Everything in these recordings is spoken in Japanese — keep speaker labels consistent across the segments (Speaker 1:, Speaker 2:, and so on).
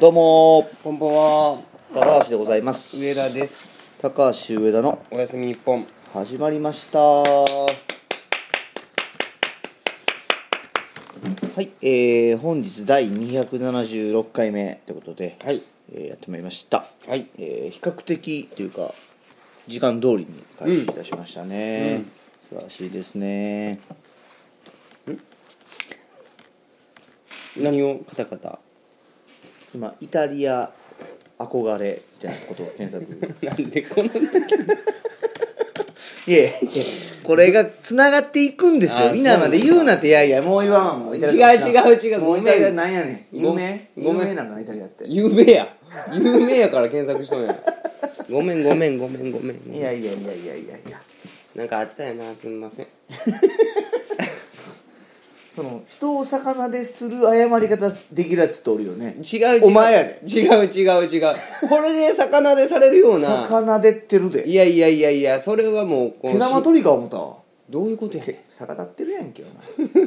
Speaker 1: どうも
Speaker 2: こんばんは
Speaker 1: ー高橋でございます
Speaker 2: 上田です
Speaker 1: 高橋上田の
Speaker 2: おやすみ一本
Speaker 1: 始まりましたはい、えー、本日第276回目ということで、
Speaker 2: はい
Speaker 1: えーやってまいりました、
Speaker 2: はい
Speaker 1: えー比較的というか時間通りに開始いたしましたね、素晴らしいですね
Speaker 2: 何をカタカタ
Speaker 1: 今イタリア憧れみたいなことを検索
Speaker 2: なんでこの
Speaker 1: いやいやこれがつながっていくんです
Speaker 2: あ
Speaker 1: よみんなまで言うなっていやいやもう言わんわもうイタリア
Speaker 2: 違う違う違う
Speaker 1: もう
Speaker 2: ごめん
Speaker 1: イタリアなんやねん有名
Speaker 2: ご
Speaker 1: 有
Speaker 2: めん
Speaker 1: 名なんかなイタリアってい
Speaker 2: 有名や有名やから検索しと んやごめんごめんごめんごめんごめん
Speaker 1: やいやいやいやいやいや
Speaker 2: なんかあったやなすみません
Speaker 1: その人を魚でする謝り方できるやつっておるよね
Speaker 2: 違う違う
Speaker 1: お前やで
Speaker 2: 違う違う違うこれで魚でされるような
Speaker 1: 魚でってるで
Speaker 2: いやいやいやいやそれはもうこう
Speaker 1: 毛玉
Speaker 2: し
Speaker 1: 取りか思ったわ
Speaker 2: どういうことやね
Speaker 1: 逆立ってるやんけお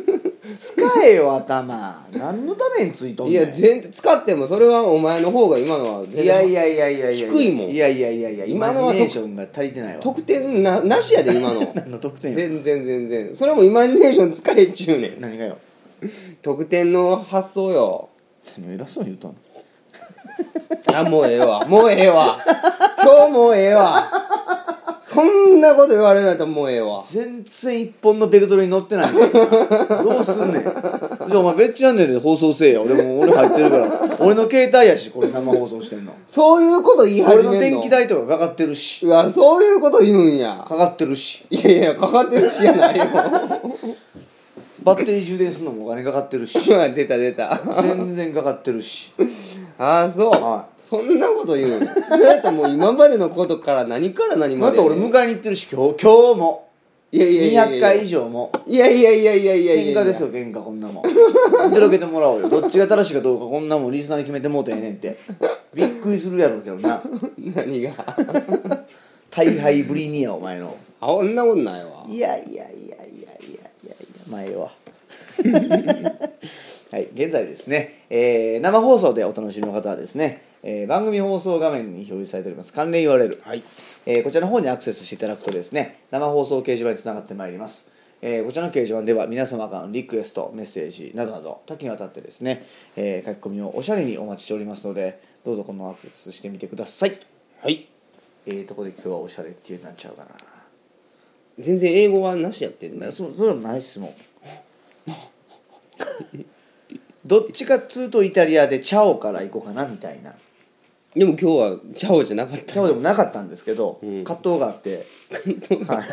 Speaker 1: 前使えよ頭何のためについとん
Speaker 2: い
Speaker 1: ねん
Speaker 2: や全然使ってもそれはお前の方が今のは全然
Speaker 1: いやいやいやいやいや
Speaker 2: 低いもん
Speaker 1: いやいやいやいや
Speaker 2: 今のは
Speaker 1: イマジネーションが足りてないわ
Speaker 2: 得点ななしや で今の
Speaker 1: 何の得点よ
Speaker 2: 全然全然それもイマジネーション使えっちゅうねん
Speaker 1: 何がよ
Speaker 2: 得点の発想よ
Speaker 1: 何を偉そうに言うとんの
Speaker 2: あもうええわもうええわ今日もうええわそんなこと言われないともうええわ
Speaker 1: 全然一本のベクトルに乗ってないどうすんねんじゃあお前別チャンネルで放送せえよ俺も俺入ってる から俺の携帯やしこれ生放送してんの
Speaker 2: そういうこと言い
Speaker 1: 俺
Speaker 2: 始
Speaker 1: の
Speaker 2: めんの
Speaker 1: 電気代とかかかってるし
Speaker 2: うわそういうこと言うんや
Speaker 1: かかってるし
Speaker 2: いやいやかかってるしやないよ
Speaker 1: バッテリー充電するのもお金かかってるし
Speaker 2: うわ出た出た
Speaker 1: 全然かかってるし
Speaker 2: ああそう、
Speaker 1: は
Speaker 2: そんなこと言うんやそれだともう今までのことから何から何ま
Speaker 1: ま
Speaker 2: で
Speaker 1: た俺迎えに行ってるし今日今日も
Speaker 2: いやいやいやい
Speaker 1: 200
Speaker 2: や
Speaker 1: 回以上も
Speaker 2: いやいやいやいやいやいや
Speaker 1: 喧嘩ですよ喧嘩こんなもん見届けてもらおうよどっちが正しいかどうかこんなもんリスナーに決めてもうてええねんってびっくりするやろうけどな
Speaker 2: 何 が
Speaker 1: 大敗ぶりにやお前の
Speaker 2: あそんなことないわ
Speaker 1: いやいやいやいやいやいやいや前は はい現在ですね、えー生放送でお楽しみの方はですね、えー番組放送画面に表示されております関連 URL、
Speaker 2: はい
Speaker 1: えーこちらの方にアクセスしていただくとですね生放送掲示板につながってまいります、えーこちらの掲示板では皆様からのリクエストメッセージなどなど多岐にわたってですね、えー書き込みをおしゃれにお待ちしておりますのでどうぞこのアクセスしてみてください
Speaker 2: はい
Speaker 1: えー、とこで今日はおしゃれっていうようになっちゃうかな
Speaker 2: 全然英語はなしやってんだよ
Speaker 1: そそれもないっすもんどっちかっつうとイタリアで「チャオ」から行こうかなみたいな
Speaker 2: でも今日はチャオじゃなかっ
Speaker 1: チ
Speaker 2: た
Speaker 1: ャオでもなかったんですけど、
Speaker 2: うん
Speaker 1: 葛藤があっては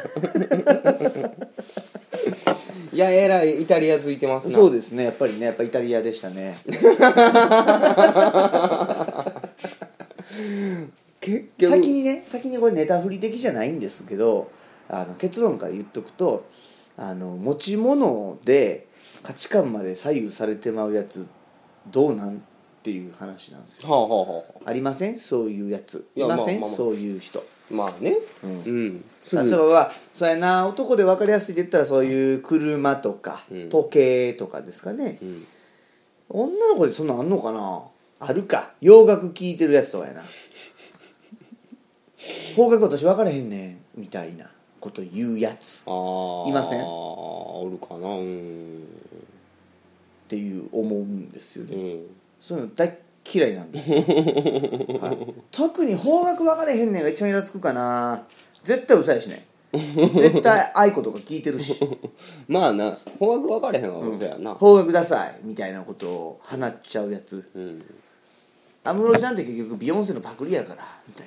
Speaker 1: い
Speaker 2: いやえらいイタリアついてますな
Speaker 1: そうですねやっぱりねやっぱイタリアでしたね
Speaker 2: 結局
Speaker 1: 先にね先にこれネタ振り的じゃないんですけどあの結論から言っとくとあの持ち物で価値観まで左右されてまうやつどうなんっていう話なんですよ
Speaker 2: はあはあは
Speaker 1: ありませんそういうやつ
Speaker 2: い
Speaker 1: い
Speaker 2: や
Speaker 1: ません、
Speaker 2: まあまあまあ
Speaker 1: そういう人
Speaker 2: あまあねう、
Speaker 1: うんん
Speaker 2: す
Speaker 1: 例えば
Speaker 2: ぐ
Speaker 1: はそうやな男で分かりやすいで言ったらそういう車とか、
Speaker 2: うん
Speaker 1: 時計とかですかね
Speaker 2: うん
Speaker 1: 女の子でそんなんあんのかなあるか洋楽聴いてるやつとかや な方角私分からへんねんみたいなこと言うやつっ
Speaker 2: ああ
Speaker 1: いません
Speaker 2: おるかなうん
Speaker 1: ていう思うんですよね、
Speaker 2: うん
Speaker 1: そういうの大っ嫌いなんです よ、はい特に方角分かれへんねんが一番イラつくかな絶対うるさいしね絶対愛子とか聞いてるし
Speaker 2: まあな方角分かれへんわ嘘やな
Speaker 1: 方角くださいみたいなことを放っちゃうやつ
Speaker 2: うん
Speaker 1: 安室ちゃんって結局ビヨンセのパクリやからみたい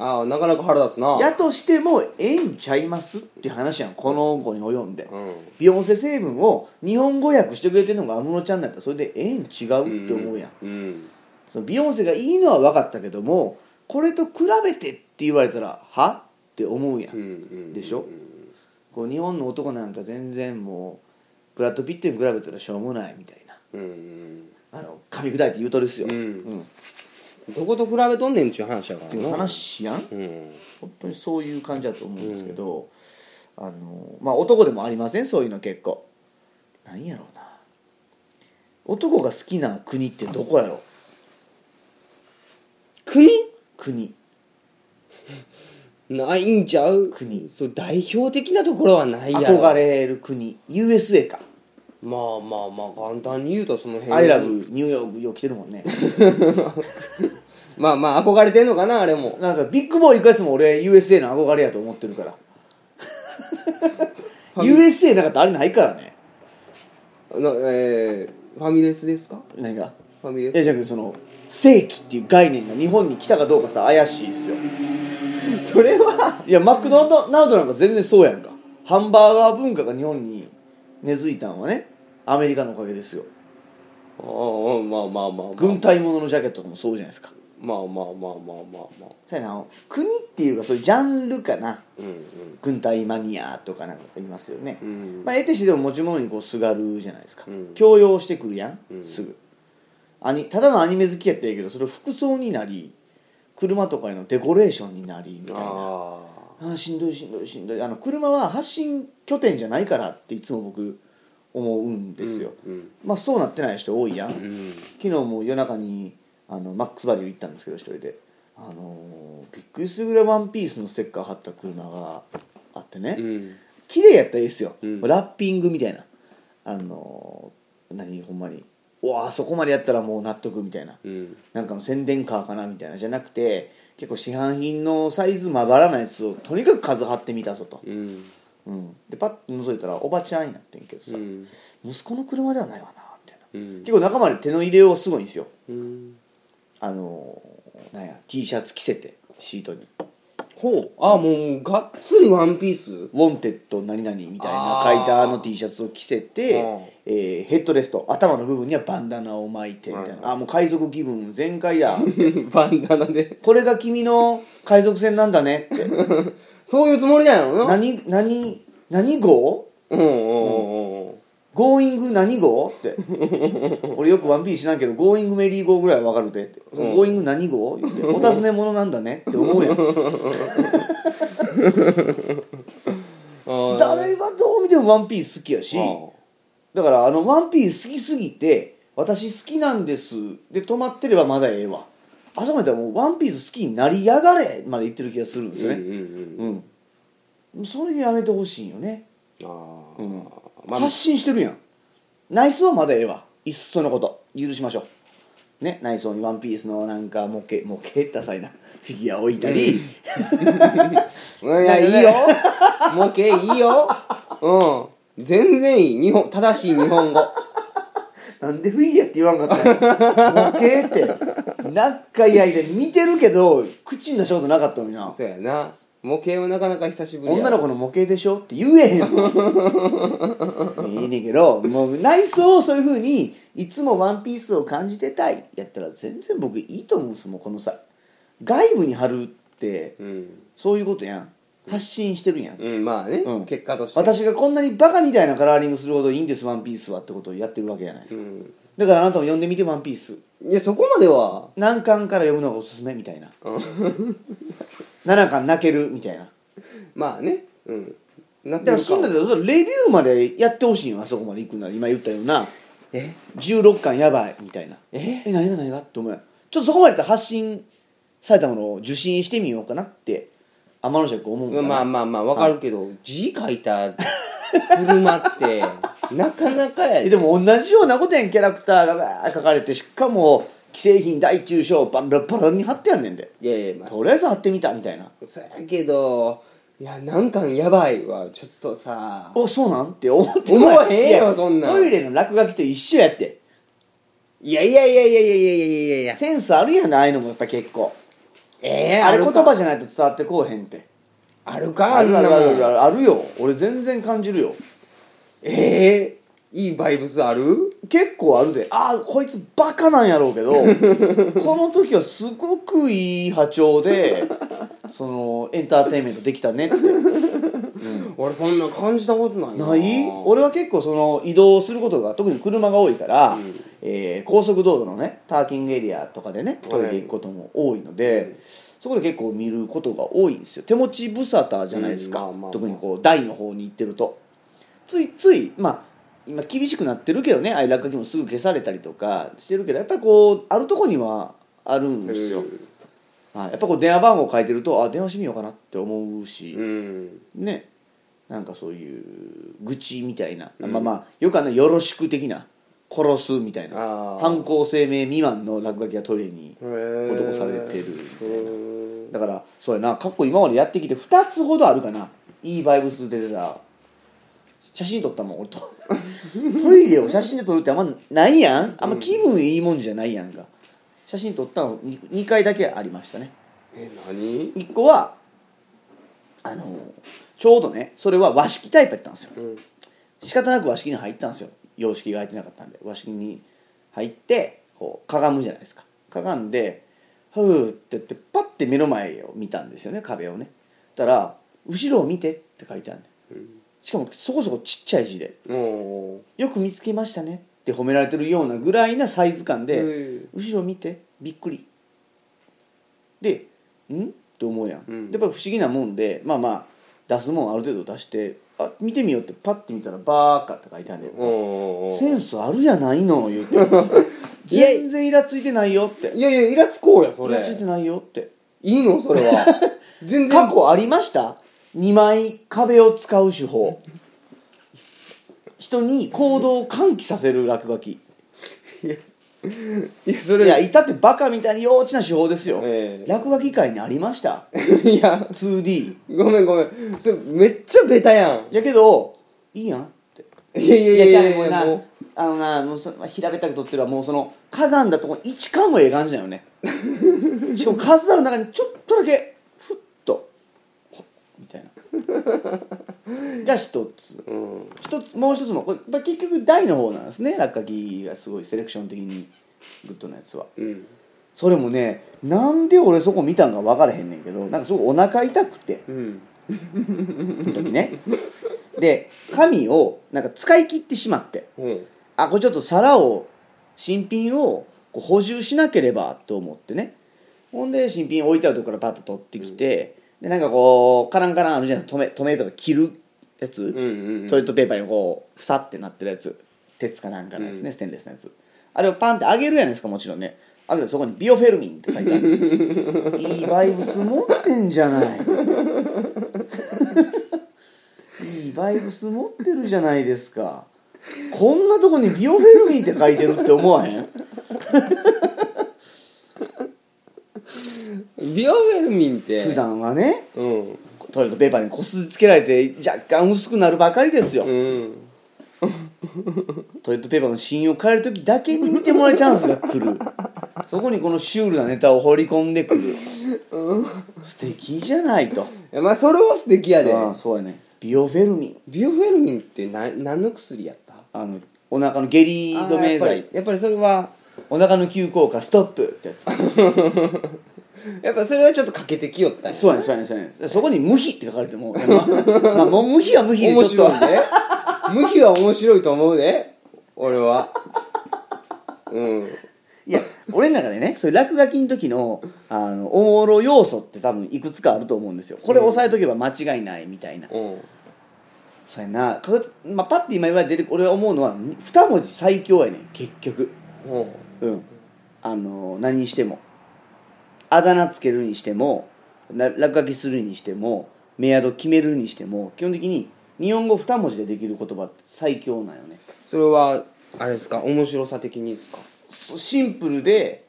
Speaker 2: ああなかなか腹立つな
Speaker 1: なやとしてもええんちゃいますっていう話やんこの子に及んで
Speaker 2: うん
Speaker 1: ビヨンセ成分を日本語訳してくれてるのが安室ちゃんだったらそれでええん違うって思うやん
Speaker 2: うん
Speaker 1: そのビヨンセがいいのは分かったけどもこれと比べてって言われたらはって思うや
Speaker 2: うん
Speaker 1: ん
Speaker 2: うん
Speaker 1: でしょこう日本の男なんか全然もうブラッド・ピットに比べたらしょうもないみたいな
Speaker 2: うんうん
Speaker 1: あの噛み砕いて言うとですよ、
Speaker 2: うん
Speaker 1: うん、っ
Speaker 2: どこと比べとんねんっちゅう話やからな
Speaker 1: ていう話やん
Speaker 2: うん
Speaker 1: 本当にそういう感じだと思うんですけど、あのまあ男でもありませんそういうの結構なんやろうな男が好きな国ってどこやろ
Speaker 2: 国
Speaker 1: 国
Speaker 2: ないんちゃう
Speaker 1: 国
Speaker 2: そう代表的なところはないやろ
Speaker 1: 憧れる国 USA か
Speaker 2: まあまあまあ簡単に言うとその辺
Speaker 1: アイラブニューヨークよく来てるもんね
Speaker 2: まあまあ憧れてんのかなあれも
Speaker 1: なんかビッグボーイ行くやつも俺 USA の憧れやと思ってるから USA なんかってあれないからね
Speaker 2: なえー、ファミレスですか
Speaker 1: 何が
Speaker 2: ファミレ
Speaker 1: いや
Speaker 2: ス
Speaker 1: じゃなくてそのステーキっていう概念が日本に来たかどうかさ怪しいですよ
Speaker 2: それはい
Speaker 1: やマクドナルドなんか全然そうやんかハンバーガー文化が日本に根付いたんはねアメリカのおかげですよ
Speaker 2: ああまあまあまあまあ
Speaker 1: 軍隊もののジャケットとかもそうじゃないですか
Speaker 2: まあまあまあまあまあまあ
Speaker 1: そうやなあの国っていうかそういうジャンルかな
Speaker 2: うんうん
Speaker 1: 軍隊マニアとかなんかいますよね、
Speaker 2: うん
Speaker 1: まあ、得てしてでも持ち物にこうすがるじゃないですか、
Speaker 2: うん
Speaker 1: 強要してくるやん、
Speaker 2: うん
Speaker 1: すぐアニただのアニメ好きやったらいいけどそれ服装になり車とかへのデコレーションになりみたいな
Speaker 2: あ
Speaker 1: あーしんどいしんどいしんどいあの車は発信拠点じゃないからっていつも僕思うん
Speaker 2: あ
Speaker 1: ですよ、
Speaker 2: うん
Speaker 1: まあそうなってない人多いやん、
Speaker 2: うん、うん
Speaker 1: 昨日も夜中にあのマックスバリュー行ったんですけど一人で、あのーびっくりするぐらいワンピースのステッカー貼った車があってね、
Speaker 2: うん
Speaker 1: 綺麗やったらいいですよ、
Speaker 2: うん
Speaker 1: ラッピングみたいなあのー何ほんまにうわあそこまでやったらもう納得みたいな
Speaker 2: うん
Speaker 1: なんかの宣伝カーかなみたいなじゃなくて結構市販品のサイズまばらなやつをとにかく数張ってみたぞと、
Speaker 2: うん
Speaker 1: うん、でパッと覗いたらおばちゃんやってんけどさ、
Speaker 2: うん
Speaker 1: 息子の車ではないわなみたいな
Speaker 2: うん
Speaker 1: 結構仲間で手の入れようすごいんですよ
Speaker 2: うん
Speaker 1: あのーなんや T シャツ着せてシートに
Speaker 2: ほうあもうがっつりワンピース
Speaker 1: 「ウォンテッド何々」みたいな
Speaker 2: あー
Speaker 1: 書いたあの T シャツを着せて
Speaker 2: うん、
Speaker 1: えーヘッドレスト頭の部分にはバンダナを巻いてみたいな
Speaker 2: はい
Speaker 1: 「あもう海賊気分全開や
Speaker 2: バンダナで
Speaker 1: これが君の海賊船なんだね」って
Speaker 2: そういうつもりだよな
Speaker 1: 何何何号
Speaker 2: うんうんうんうん
Speaker 1: ゴーイング何号って俺よくワンピース知らんけどゴーイングメリー号ぐらいは分かるでってそのゴーイング何号言ってお尋ね者なんだねって思うやん
Speaker 2: ああ
Speaker 1: 誰がどう見てもワンピース好きやしだからあのワンピース好きすぎて私好きなんですで止まってればまだええわあそこまで言ったらもうワンピース好きになりやがれまで言ってる気がするんですよ
Speaker 2: うん
Speaker 1: ね
Speaker 2: うんうん
Speaker 1: うん、それやめてほしいんよね
Speaker 2: ああ
Speaker 1: うん
Speaker 2: まあ
Speaker 1: 発信してるやん内装はまだええわいっそのこと許しましょうね内装にワンピースのなんか模型模型ダサいなフィギュア置いたり、
Speaker 2: うんいやいいよ模型いいようん全然いい日本正しい日 本語
Speaker 1: なんでフィギュアって言わんかったの模型ってなんかいやいや見てるけど口に出したことなかったのにな
Speaker 2: そうやな模型はなかなか久しぶりや
Speaker 1: 女の子の模型でしょって言えへ んもんいいねんけどもう内装をそういうふうにいつもワンピースを感じてたいやったら全然僕いいと思うんですもんこの際外部に貼るって
Speaker 2: うん
Speaker 1: そういうことやん発信してるやん、
Speaker 2: うんまあね、
Speaker 1: うん
Speaker 2: 結果として
Speaker 1: 私がこんなにバカみたいなカラーリングするほどいいんですワンピースはってことをやってるわけじゃないです
Speaker 2: う
Speaker 1: か、
Speaker 2: ん
Speaker 1: だからあなたも読んでみてワンピース
Speaker 2: いやそこまでは
Speaker 1: 何巻から読むのがおすすめみたいな7巻泣けるみたいな
Speaker 2: まあねうんな
Speaker 1: だ
Speaker 2: って
Speaker 1: か
Speaker 2: る
Speaker 1: らそんなんだったらレビューまでやってほしいよあそこまで行くなら今言ったような
Speaker 2: え
Speaker 1: 16巻やばいみたいな
Speaker 2: え
Speaker 1: え何が何がって思うやんちょっとそこまでやったら発信されたものを受信してみようかなって天の尺思うから
Speaker 2: まあまあまあわかるけど字書いた車って なかなかや
Speaker 1: えでも同じようなことやんキャラクターがわー書かれてしかも既製品大中小バラバラに貼ってやんねんで
Speaker 2: いやいやまあ
Speaker 1: とりあえず貼ってみたみたいな
Speaker 2: そやけどいや何巻やばいわちょっとさ
Speaker 1: おそうなんって思って
Speaker 2: 思わ
Speaker 1: う
Speaker 2: へんよそんなん
Speaker 1: トイレの落書きと一緒やって
Speaker 2: いやいやいやいやいやいやいやいやいや
Speaker 1: センスあるやんああいうのもやっぱ結構
Speaker 2: ええ
Speaker 1: あれ言
Speaker 2: か
Speaker 1: 葉じゃないと伝わってこうへんって
Speaker 2: あるかあんなもん
Speaker 1: あるあるあるよ俺全然感じるよ
Speaker 2: ええいいバイブスある
Speaker 1: 結構あるでああこいつバカなんやろう けどこの時はすごくいい波長でそのエンターテインメントできたねって
Speaker 2: 俺そんな感じたことない
Speaker 1: ない俺は結構その移動することが特に車が多いから、
Speaker 2: うん
Speaker 1: えー高速道路のねパーキングエリアとかでね
Speaker 2: はい
Speaker 1: トイレ行くことも多いので、そこで結構見ることが多いんですよ手持ち無沙汰じゃないですか、
Speaker 2: うんまあまあまあ
Speaker 1: 特にこう台の方に行ってるとついついまあ今厳しくなってるけどねああいう落書きもすぐ消されたりとかしてるけどやっぱりこうあるとこにはあるんですよ、はい、やっぱこう電話番号書いてるとあ電話してみようかなって思うし、
Speaker 2: うん
Speaker 1: ねなんかそういう愚痴みたいな、まあまあよくあの「よろしく」的な「殺す」みたいな
Speaker 2: あー
Speaker 1: 犯行声明未満の落書きがトイレに
Speaker 2: 施
Speaker 1: 施されてるみたいなだ
Speaker 2: な
Speaker 1: からそうやな過去今までやってきて2つほどあるかないいバイブスで出てた写真撮ったもん 俺とトイレを写真で撮るってあんまないやんあんま気分いいもんじゃないやんか写真撮ったの 2, 回だけありましたね
Speaker 2: え何
Speaker 1: 1個はあのちょうどねそれは和式タイプやったんですよ
Speaker 2: うん
Speaker 1: 仕方なく和式に入ったんですよ洋式が空いてなかったんで和式に入ってこうかがむじゃないですかかがんで「ふう」って言ってパッて目の前を見たんですよね壁をねそしたら「後ろを見て」って書いてあるんでしかもそこそこちっちゃい字で
Speaker 2: も
Speaker 1: 「よく見つけましたね」って褒められてるようなぐらいなサイズ感
Speaker 2: う
Speaker 1: で「後ろ見てびっくり」で「ん?」って思うやん、
Speaker 2: うん
Speaker 1: やっぱり不思議なもんでまあまあ出すもんある程度出して「あ見てみよう」ってパッて見たら「バーカ」って書いてあるんだよ
Speaker 2: うん
Speaker 1: センスあるやないの言う て全然イラついてないよって
Speaker 2: いやいやイラつこうやそ
Speaker 1: イラついて
Speaker 2: れ
Speaker 1: ないよって
Speaker 2: いいのそれは全然
Speaker 1: 過去ありました2枚壁を使う手法人に行動を喚起させる落書きい
Speaker 2: いやそれ
Speaker 1: やいたってバカみたいに幼稚な手法ですよ、
Speaker 2: ええ
Speaker 1: 落書き界にありました
Speaker 2: いや
Speaker 1: 2D
Speaker 2: ごめんごめんそれめっちゃベタやん
Speaker 1: やけどいいやんって
Speaker 2: いやいや
Speaker 1: いや
Speaker 2: い
Speaker 1: い
Speaker 2: や
Speaker 1: や
Speaker 2: い
Speaker 1: い
Speaker 2: や
Speaker 1: や
Speaker 2: いや
Speaker 1: な
Speaker 2: も
Speaker 1: あのなもうそのまあ平べったく撮ってるはもうそのかがんだとこ位置感もええ感じだよ ねしかも数ある中にちょっとだけふっとほみたいなが一つ
Speaker 2: ううん
Speaker 1: 一つもう一つもこれまあ結局大の方なんですね落書きがすごいセレクション的にグッドなやつは
Speaker 2: うん
Speaker 1: それもねなんで俺そこ見たんか分からへんねんけどなんかすごいお腹痛くて
Speaker 2: うん
Speaker 1: 時ねで紙をなんか使い切ってしまって
Speaker 2: うん
Speaker 1: あこれちょっと皿を新品をこう補充しなければと思ってねほんで新品置いてあるとこからパッと取ってきて、でなんかこうカランカランあるじゃない止め止めとか切るやつ、
Speaker 2: うんうん
Speaker 1: トイレットペーパーにこうふさってなってるやつ鉄かなんかのやつね、ステンレスのやつあれをパンって上げるやないですかもちろんねあるそこに「ビオフェルミン」って書いてあるいいバイブス持ってんじゃないいいバイブス持ってるじゃないですかこんなとこに「ビオフェルミン」って書いてるって思わへん
Speaker 2: ビオフェルミンって
Speaker 1: 普段はね
Speaker 2: うん
Speaker 1: トイレットペーパーにこすりつけられて若干薄くなるばかりですよ、
Speaker 2: うん
Speaker 1: トイレットペーパーの芯を変える時だけに見てもらうチャンスが来 るそこにこのシュールなネタを放り込んでくる素敵じゃないと
Speaker 2: いやまあそれは素敵やで
Speaker 1: ああそうやねビオフェルミン
Speaker 2: ビオフェルミンってな何の薬やった
Speaker 1: あのお腹の下痢止
Speaker 2: あーや
Speaker 1: め
Speaker 2: っぱり
Speaker 1: 剤
Speaker 2: やっぱりそれは
Speaker 1: お腹の急降下ストップってやつ
Speaker 2: やっぱそれはちょっと欠けてきよったんや
Speaker 1: そうやねそうやねそうやねそこに「無比」って書かれても、 まあまあ、もう無比は無比で
Speaker 2: 面
Speaker 1: ちょっ
Speaker 2: 白い
Speaker 1: と
Speaker 2: ね無比は面白いと思うね俺はうん
Speaker 1: いや俺の中でねそういう落書きの時のあのおもろ要素って多分いくつかあると思うんですよこれ押さえとけば間違いないみたいな
Speaker 2: うん
Speaker 1: そうやなかか、まあ、パッて今言われて出て俺は思うのは二文字最強やねん結局
Speaker 2: うん
Speaker 1: うんあの何にしてもあだ名つけるにしてもな落書きするにしてもメアド決めるにしても基本的に日本語二文字でできる言葉って最強なんよね
Speaker 2: それはあれですか面白さ的にですか
Speaker 1: そシンプルで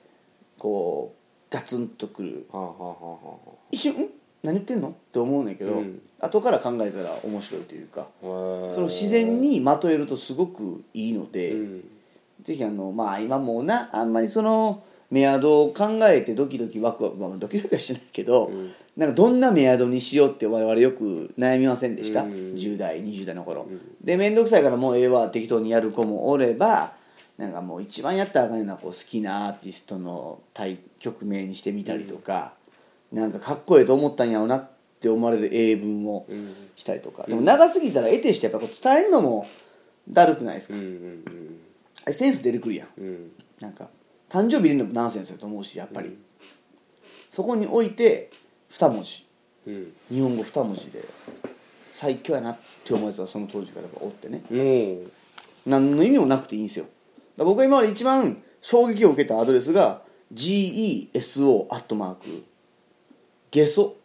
Speaker 1: こうガツンとくる
Speaker 2: はあはあはあ
Speaker 1: 一瞬「ん何言ってんの?」って思うねんけど、
Speaker 2: うん
Speaker 1: 後から考えたら面白いというか
Speaker 2: は
Speaker 1: それを自然にまとえるとすごくいいので、
Speaker 2: うん
Speaker 1: ぜひあのまあ今もうなあんまりそのメアドを考えてドキドキワクワク、まあ、ドキドキはしないけど、
Speaker 2: うん
Speaker 1: なんかどんなメアドにしようって我々よく悩みませんでした、
Speaker 2: うん
Speaker 1: 10代20代の頃、
Speaker 2: ん
Speaker 1: で面倒くさいからもうええわ適当にやる子もおればなんかもう一番やったらあかんようなこう好きなアーティストの対曲名にしてみたりとか、なんかかっこええと思ったんやろうなって思われる英文を
Speaker 2: うん
Speaker 1: したりとか、でも長すぎたら得てしてやっぱこう伝えるのもだるくないです
Speaker 2: う
Speaker 1: か、
Speaker 2: んうん
Speaker 1: あれセンス出てくるやん
Speaker 2: うんうん
Speaker 1: なんか誕生日入れるのもナンセンスだと思うしやっぱり、そこにおいて2文字
Speaker 2: うん
Speaker 1: 日本語2文字で最強やなって思うやつはその当時からやっぱおってね
Speaker 2: うん
Speaker 1: 何の意味もなくていいんですよだから僕が今まで一番衝撃を受けたアドレスが GESO アットマークゲソ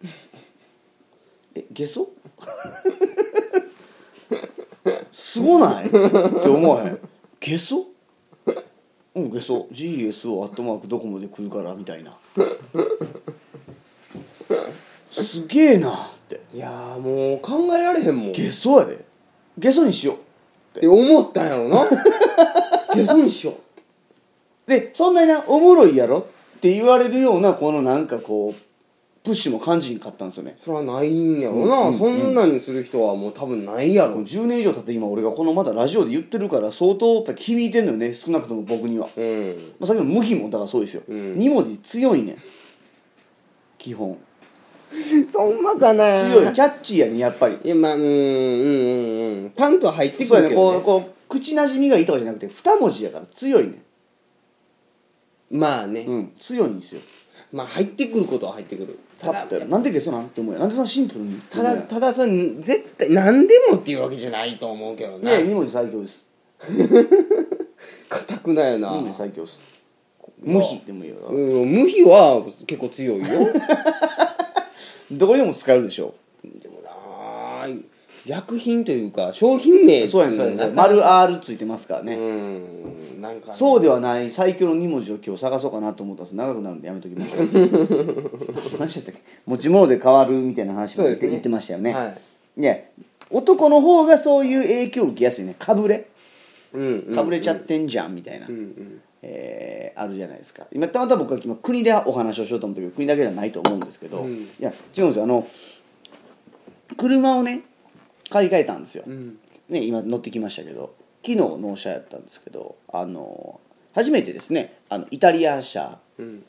Speaker 1: えゲソすごないって思わへんゲソうんゲソ GSO アットマークドコモで来るからみたいなすげえなって
Speaker 2: いやーもう考えられへんもん
Speaker 1: ゲソやでゲソにしよう
Speaker 2: って思ったんや ろなゲソにしようって
Speaker 1: でそんなになおもろいやろって言われるようなこのなんかこうプッシュも感じんかったんですよね
Speaker 2: それはないんやろな、そんなにする人はもう多分ないや
Speaker 1: こ
Speaker 2: ろ
Speaker 1: の10年以上経って今俺がこのまだラジオで言ってるから相当やっぱ響いてんのよね少なくとも僕には、ま
Speaker 2: うん
Speaker 1: あ、さっきの「無比」もだからそうですよ、
Speaker 2: うん
Speaker 1: 2文字強いねん基本
Speaker 2: そんなかな
Speaker 1: 強いキャッチーやねんやっぱり
Speaker 2: いやまあうんうんうんうんパンとは入ってく
Speaker 1: そう
Speaker 2: る
Speaker 1: や
Speaker 2: け
Speaker 1: ねこ
Speaker 2: ど、
Speaker 1: う
Speaker 2: ね、
Speaker 1: こう口なじみがいいとかじゃなくて2文字やから強いねん
Speaker 2: まあね、
Speaker 1: うん強いんですよ
Speaker 2: まあ入ってくることは入ってくる
Speaker 1: パ
Speaker 2: た
Speaker 1: ッ
Speaker 2: だ
Speaker 1: とやるなんでゲソなんて思うやんなんでそんなシンプルに
Speaker 2: ただただそれ絶対何でもっていうわけじゃないと思うけどな
Speaker 1: ね2文字最強です
Speaker 2: かたくないよな、
Speaker 1: 2文字最強です無比ってもいいよな
Speaker 2: うん、無比は結構強い よ
Speaker 1: どこにも使えるでしょ
Speaker 2: でもなあ薬品というか商品名
Speaker 1: そうやねそうやね
Speaker 2: ま
Speaker 1: 丸 R ついてますから
Speaker 2: う
Speaker 1: ね、
Speaker 2: んなんかね、
Speaker 1: そうではない最強の2文字を今日探そうかなと思ったんです長くなるんでやめときまし ょう何してたっけ持ち物で変わるみたいな話も
Speaker 2: そう
Speaker 1: 言
Speaker 2: で
Speaker 1: っ
Speaker 2: す
Speaker 1: て,、
Speaker 2: ね
Speaker 1: 言ってましたよね、
Speaker 2: はい
Speaker 1: ね男の方がそういう影響を受けやすいねかぶれ
Speaker 2: うんうん
Speaker 1: かぶれちゃってんじゃんみたいな、
Speaker 2: うんうん
Speaker 1: えーあるじゃないですか今たまたま僕は今国でお話をしようと思ったけど国だけじゃないと思うんですけど、
Speaker 2: うん
Speaker 1: いや違うんですよあの車をね買い替えたんですよ、
Speaker 2: うん
Speaker 1: ね、今乗ってきましたけど昨日納車やったんですけどあの初めてですねあのイタリア車
Speaker 2: うん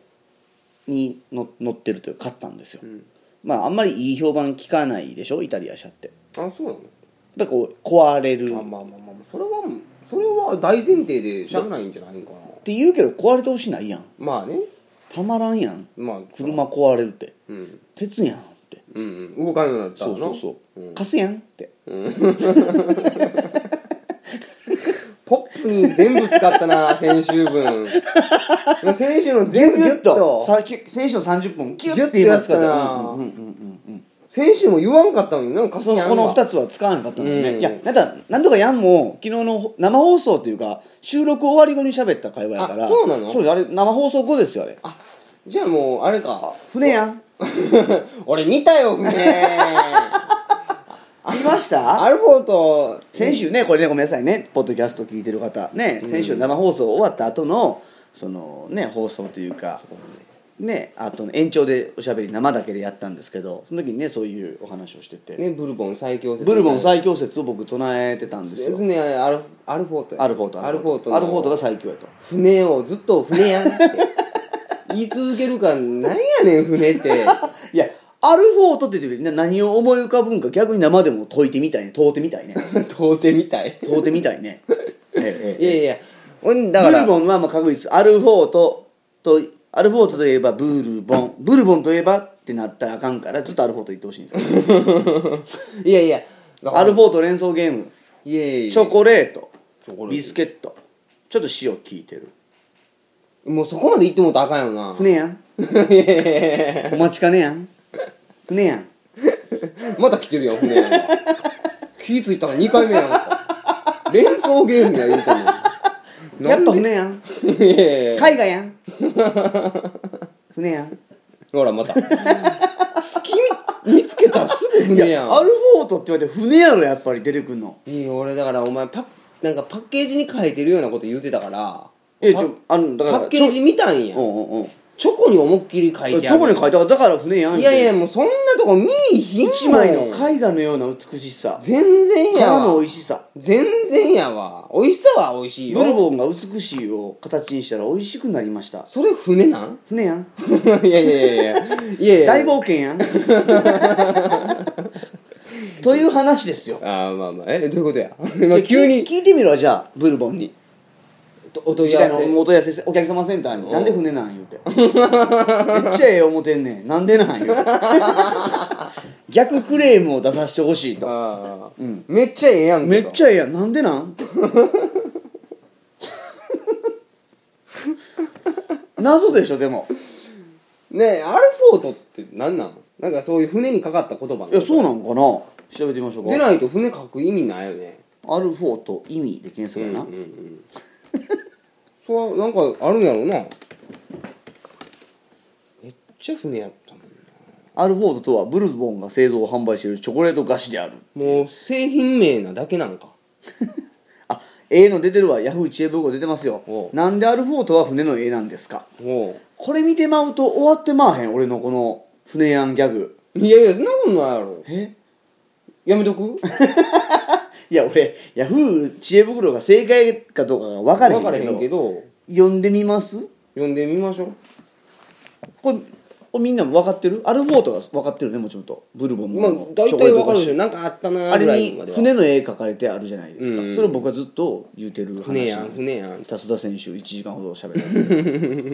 Speaker 1: にの乗ってるというか買ったんですよ、
Speaker 2: うん
Speaker 1: まああんまりいい評判聞かないでしょイタリア車って
Speaker 2: あそうなの
Speaker 1: やっぱこう壊れるっ
Speaker 2: まあまあまあまあそれはそれは大前提でしゃあないんじゃないんかな
Speaker 1: て言うけど壊れてほしないやん
Speaker 2: まあね
Speaker 1: たまらんやん
Speaker 2: まあ
Speaker 1: 車壊れるって
Speaker 2: うん
Speaker 1: 鉄やんって
Speaker 2: うんうん動かなくなった
Speaker 1: そ
Speaker 2: の
Speaker 1: うそうそう、
Speaker 2: うん
Speaker 1: 貸すやんって
Speaker 2: ポップに全部使った な先週分先週の全部ギュッと
Speaker 1: さ選手の30本ギュ
Speaker 2: ギュ
Speaker 1: ッ
Speaker 2: ッ
Speaker 1: て
Speaker 2: て
Speaker 1: 今
Speaker 2: や
Speaker 1: 使
Speaker 2: っ
Speaker 1: った
Speaker 2: た
Speaker 1: うん
Speaker 2: な
Speaker 1: うんうんうんうん
Speaker 2: 先週も言わんかったのになんか
Speaker 1: そのこの2
Speaker 2: つ
Speaker 1: つは使わなかったもんね、
Speaker 2: うん
Speaker 1: いやなんだなんとかやんも昨日の生放送というか収録終わり後に喋った会話やから
Speaker 2: あそうなの
Speaker 1: そうですあれ生放送後ですよあれ
Speaker 2: あじゃあもうあれか
Speaker 1: 船やん
Speaker 2: 俺見た よ船
Speaker 1: 見ました
Speaker 2: アルフォート
Speaker 1: 先週ねこれねごめんなさいねポッドキャスト聞いてる方ね先週生放送終わった後のそのね放送というかねあとの延長でおしゃべり生だけでやったんですけどその時にねそういうお話をしてて、
Speaker 2: ねブルボン最強説
Speaker 1: ブルボン最強説を僕唱えてたんです
Speaker 2: です
Speaker 1: よ
Speaker 2: ねアルアルフォートや
Speaker 1: アルフォート
Speaker 2: アルフォートの
Speaker 1: アルフォートが最強やと
Speaker 2: 船をずっと船やんって言い続けるからなんやねん船って
Speaker 1: いやアルフォートって言ってみて何を思い浮かぶんか逆に生でも解いてみたいね問うてみたいね
Speaker 2: 到底みたい
Speaker 1: 問うてみたいね え
Speaker 2: いやいやほん
Speaker 1: ブ
Speaker 2: だか
Speaker 1: ル
Speaker 2: ら
Speaker 1: ボンはまあ確実アルフォートとアルフォートといえばブルボンブルボンといえばってなったらあかんからずっとアルフォート言ってほしいんですけど
Speaker 2: いやいやだから
Speaker 1: アルフォート連想ゲーム
Speaker 2: いやいやいや
Speaker 1: チョコレート
Speaker 2: チョコレート
Speaker 1: ビスケットちょっと塩効いてる
Speaker 2: もうそこまで言ってもうたらあかんよな
Speaker 1: 船やんお待ちかねやん船やん
Speaker 2: また来てるやん船やんか気ぃついたら2回目やんか連想ゲームや言うてんのに
Speaker 1: やっぱ
Speaker 2: なんで
Speaker 1: 船やん
Speaker 2: いやいやいや
Speaker 1: 海外やん船やん
Speaker 2: ほらまた隙見見つけたらすぐ船やん
Speaker 1: アルフォートって言われて船やろやっぱり出てくんの
Speaker 2: いいよ俺だからお前パッなんかパッケージに書いてるようなこと言うてたから
Speaker 1: えちょあのだ
Speaker 2: パ
Speaker 1: から
Speaker 2: ッケージ見たん
Speaker 1: ち
Speaker 2: や
Speaker 1: ょうんうんうん
Speaker 2: チョコに思いっきり書いて
Speaker 1: チ
Speaker 2: ある
Speaker 1: ョコに書いてあるだから船やん
Speaker 2: いやいやもうそんなとこ見いひんもん
Speaker 1: 一枚の絵画のような美しさ
Speaker 2: 全然
Speaker 1: 皮
Speaker 2: や
Speaker 1: の
Speaker 2: わ
Speaker 1: 美味しさ
Speaker 2: 全然やわ美味しさは美味しい
Speaker 1: ブ
Speaker 2: よ
Speaker 1: ルボンが美しいを形にしたら美味しくなりました
Speaker 2: それ船なん
Speaker 1: 船やん
Speaker 2: いやいやいやいやいやいや
Speaker 1: 大冒険やん という話ですよ
Speaker 2: ああまあまあえどういうことや 今急
Speaker 1: 聞
Speaker 2: に
Speaker 1: い聞いてみろじゃあブルボンに
Speaker 2: お問
Speaker 1: 次
Speaker 2: い合わ
Speaker 1: 回
Speaker 2: せ
Speaker 1: のお問い合わせお客様センター
Speaker 2: う
Speaker 1: に「
Speaker 2: ん
Speaker 1: なんで船なん?」言うて「めっちゃええ思てんねんなんでなん?」 言うて逆クレームを出させてほしいと
Speaker 2: あー
Speaker 1: うん
Speaker 2: めっちゃええやん
Speaker 1: めっち
Speaker 2: ゃ
Speaker 1: ゃええやんなんでなん 謎でしょでも
Speaker 2: ねえアルフォートって何なのなんかそういう船にかかった言葉
Speaker 1: いやそうなんかな調べてみましょうか
Speaker 2: でないと船書く意味ないよね
Speaker 1: アルフォート意味で検
Speaker 2: う
Speaker 1: 索や
Speaker 2: んう
Speaker 1: な、
Speaker 2: んうんそうなんかあるんやろうなめっちゃ船やったもん
Speaker 1: アルフォートとはブルボンが製造販売しているチョコレート菓子である
Speaker 2: なもう製品名なだけなんか
Speaker 1: あええの出てるわヤフー知恵袋出てますよ
Speaker 2: おう
Speaker 1: なんでアルフォートは船の絵なんですか
Speaker 2: も
Speaker 1: これ見てまうと終わってまわへん俺のこの船やんギャグ
Speaker 2: ういやいやそんなことないやろ
Speaker 1: え
Speaker 2: やめとく
Speaker 1: いや俺ヤフー知恵袋が正解かどうかが分かれへんけ
Speaker 2: 分か
Speaker 1: ど
Speaker 2: れへんけど
Speaker 1: 読んでみます
Speaker 2: 読んでみましょう
Speaker 1: これこれみんなも分かってるアルフォートが分かってるねもちろんとブルボン
Speaker 2: まあ
Speaker 1: の
Speaker 2: 大
Speaker 1: チョコレー
Speaker 2: 体
Speaker 1: ト
Speaker 2: 分か
Speaker 1: 菓子
Speaker 2: るでしょなんかあったな
Speaker 1: あ
Speaker 2: ぐ
Speaker 1: れ
Speaker 2: らい
Speaker 1: に
Speaker 2: までは
Speaker 1: 船の絵描かれてあるじゃないですか、
Speaker 2: うん
Speaker 1: それを僕はずっと言うてる話
Speaker 2: 船やん船やん
Speaker 1: 達田選手1時間ほど喋られ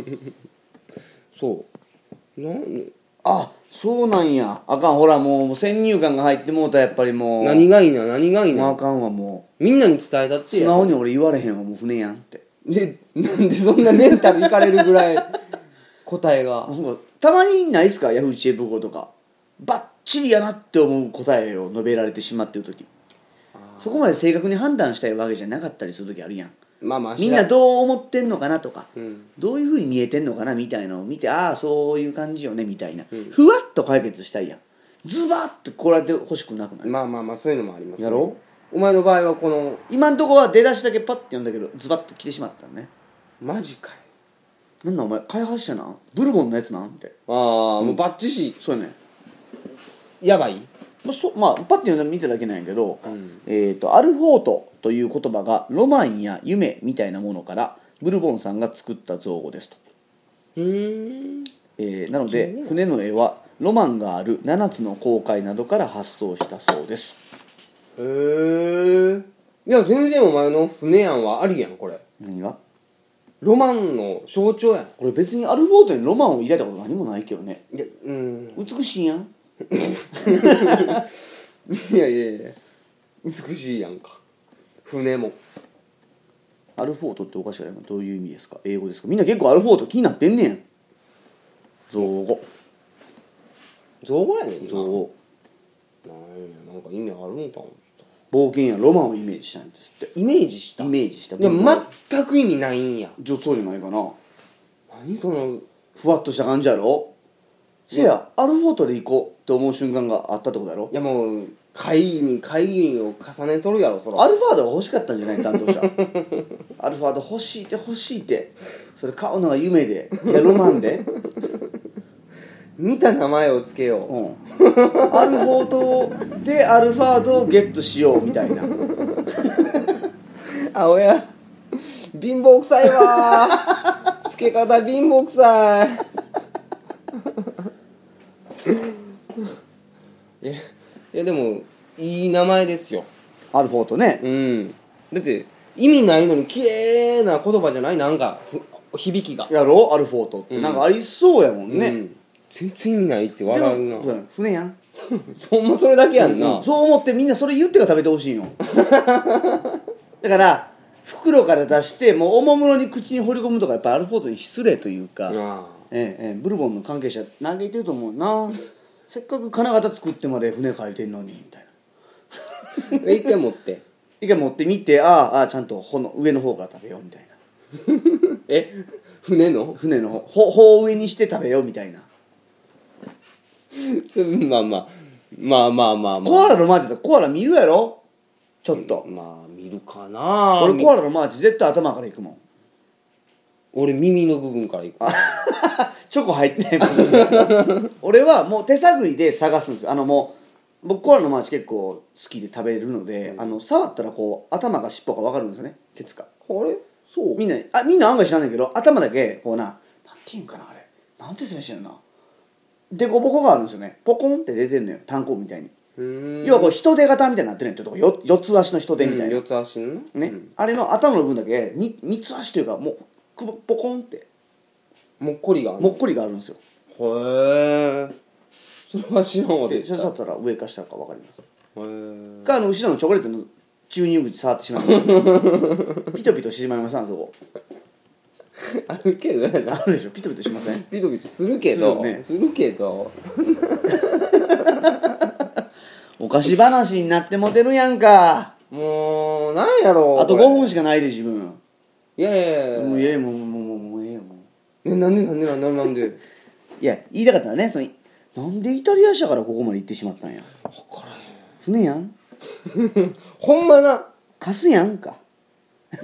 Speaker 1: て
Speaker 2: そうなん
Speaker 1: あそうなんやあかんほらもう先入観が入ってもうたやっぱりもう
Speaker 2: 何がいいな何がいい
Speaker 1: もうあ
Speaker 2: な
Speaker 1: かんわも
Speaker 2: みんなに伝えたっ
Speaker 1: う
Speaker 2: て
Speaker 1: 素
Speaker 2: や
Speaker 1: 直に俺言われへんわもう船やんって
Speaker 2: でなんでそんなメンタルいかれるぐらい答え
Speaker 1: あ
Speaker 2: が
Speaker 1: そうかたまにないっすかヤフー知恵袋とかバッチリやなって思う答えを述べられてしまってる時そこまで正確に判断したいわけじゃなかったりする時あるやん
Speaker 2: まあまあ
Speaker 1: みんな
Speaker 2: 知ら
Speaker 1: どう思ってんのかなとか、
Speaker 2: うん
Speaker 1: どういうふうに見えてんのかなみたいなのを見てああそういう感じよねみたいな、ふわっと解決したいやんズバッとこられてほしくなくない、
Speaker 2: まあまあまあそういうのもありますね
Speaker 1: やろ
Speaker 2: お前の場合はこの
Speaker 1: 今んとこは出だしだけパッて読んだけどズバッと来てしまったのね
Speaker 2: マジか
Speaker 1: な
Speaker 2: よ
Speaker 1: んだお前開発者なんブルボンのやつなんって
Speaker 2: ああ、もうバッチし
Speaker 1: そうやね
Speaker 2: やばい
Speaker 1: まあ、そまあパッて読んだら見ただけなんやけど、
Speaker 2: うん
Speaker 1: えー、とアルフォートという言葉がロマンや夢みたいなものからブルボンさんが作った造語ですと、
Speaker 2: うん
Speaker 1: えーなので船の絵はロマンがある7つの航海などから発想したそうです
Speaker 2: へえいや全然お前の船やんはありやんこれ
Speaker 1: 何が
Speaker 2: ロマンの象徴やん
Speaker 1: これ別にアルフォートにロマンを抱いたこと何もないけどね
Speaker 2: いやうん
Speaker 1: 美しいやん
Speaker 2: いやいやいや美しいやんか船も
Speaker 1: アルフォートってお菓子は今どういう意味ですか英語ですかみんな結構アルフォート気になってんねん造語
Speaker 2: 造語やねんな
Speaker 1: 造語
Speaker 2: なんやなんか意味あるんかも
Speaker 1: 冒険やロマンをイメージしたんですって
Speaker 2: イメージした
Speaker 1: イメージした
Speaker 2: でも全く意味ないんや
Speaker 1: 女装じゃないかな
Speaker 2: 何その
Speaker 1: ふわっとした感じやろせやアルフォートで行こうって思う瞬間があったってことやろ
Speaker 2: いやもう会議に会議を重ねとるやろそら
Speaker 1: アルファードが欲しかったんじゃない担当 者アルファード欲しいって欲しいってそれ買うのが夢でいやロマンで
Speaker 2: 似た名前をつけよう
Speaker 1: うん、アルフォートでアルファードをゲットしようみたいな
Speaker 2: あおや貧乏くさいわーつけ方貧乏くさいいやいやでもいい名前ですよ
Speaker 1: アルフォートね
Speaker 2: うんだって意味ないのに綺麗な言葉じゃないなんかふ響きが
Speaker 1: やろアルフォートって、なんかありそうやもんね、
Speaker 2: うん全然意味ないっ
Speaker 1: で
Speaker 2: て
Speaker 1: も
Speaker 2: 笑う
Speaker 1: そう
Speaker 2: な
Speaker 1: や船やん
Speaker 2: そんまそれだけやん
Speaker 1: う
Speaker 2: なん
Speaker 1: そう思ってみんなそれ言ってから食べてほしいの だから袋から出してもうおもむろに口に放り込むとかやっぱアルフォートに失礼というか、え
Speaker 2: あ
Speaker 1: えええ、ブルボンの関係者嘆いてると思うなせっかく金型作ってまで船書いてんのにみたいな
Speaker 2: あ一回持って
Speaker 1: 一回持ってみてああああちゃんとほの上の方から食べようみたいな
Speaker 2: え船の
Speaker 1: 船の方ほ頬上にして食べようみたいな
Speaker 2: そまあまあまあまあまあまあ
Speaker 1: コアラのマーチだったらコアラ見るやろちょっと、
Speaker 2: まあ見るかな
Speaker 1: 俺コアラのマーチ絶対頭からいくもん
Speaker 2: 俺耳の部分からいく
Speaker 1: チョコ入ってないもん俺はもう手探りで探すんですあのもう僕コアラのマーチ結構好きで食べるので、あの触ったらこう頭か尻尾か分かるんですよねケツか
Speaker 2: あれそう
Speaker 1: みんなあみんな案外知らないけど頭だけこうななんていうんかなあれなんて説明してるなでこぼこがあるんですよねポコンって出てんのよ炭鉱みたいに、
Speaker 2: うん
Speaker 1: 要はこう人手型みたいになってるんやちょっとよ四つ足の人手みたいな、
Speaker 2: うん四つ足の
Speaker 1: ね、あれの頭の部分だけに三つ足というかもうくぼポコンって
Speaker 2: もっこりがあんの
Speaker 1: もっこりがあるんですよ
Speaker 2: へえそれは知らんわ
Speaker 1: で
Speaker 2: で
Speaker 1: それ触ったら上か下か分かります
Speaker 2: へえ
Speaker 1: かあの後ろのチョコレートの 注入口触ってしまいましたピトピトしてしまいましたあそこ
Speaker 2: あるけどやな
Speaker 1: あるでしょピトピトしません
Speaker 2: ビトビトするけど
Speaker 1: す
Speaker 2: す
Speaker 1: る
Speaker 2: る,、
Speaker 1: ね
Speaker 2: けど
Speaker 1: お菓子話になってモテるやんか
Speaker 2: もうなんやろう
Speaker 1: あと5
Speaker 2: これ
Speaker 1: 分しかないで自分
Speaker 2: いやいやいや
Speaker 1: もういやもうもうもうもうええよも
Speaker 2: えなんでなんでなんでなん で
Speaker 1: ういや言いたかったらねそのなんでイタリア車からここまで行ってしまったんや分からへん船やん
Speaker 2: ほんまな
Speaker 1: 貸すやんか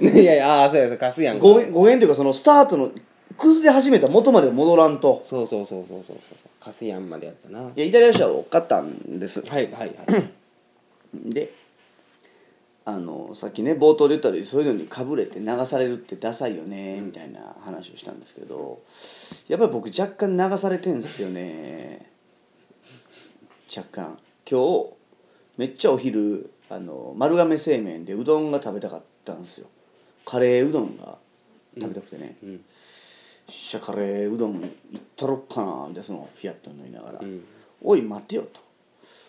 Speaker 2: いやいやああそうやそう貸すやんか
Speaker 1: ごご縁というかそのスタートの崩れ始めた元まで戻らんと
Speaker 2: そうそうそうそうそうそう貸すやんまでやったなはい
Speaker 1: いやイタリア車を買ったんです
Speaker 2: はいはい
Speaker 1: であのさっきね冒頭で言ったようにそういうのにかぶれて流されるってダサいよねみたいな話をしたんですけどやっぱり僕若干流されてんすよね若干今日めっちゃお昼あの丸亀製麺でうどんが食べたかったんですよカレーうどんが食べたくてね、
Speaker 2: うん
Speaker 1: しゃカレーうどん行ったろっかなみたいなそのフィアットに乗りながら「
Speaker 2: うん
Speaker 1: おい待てよ」と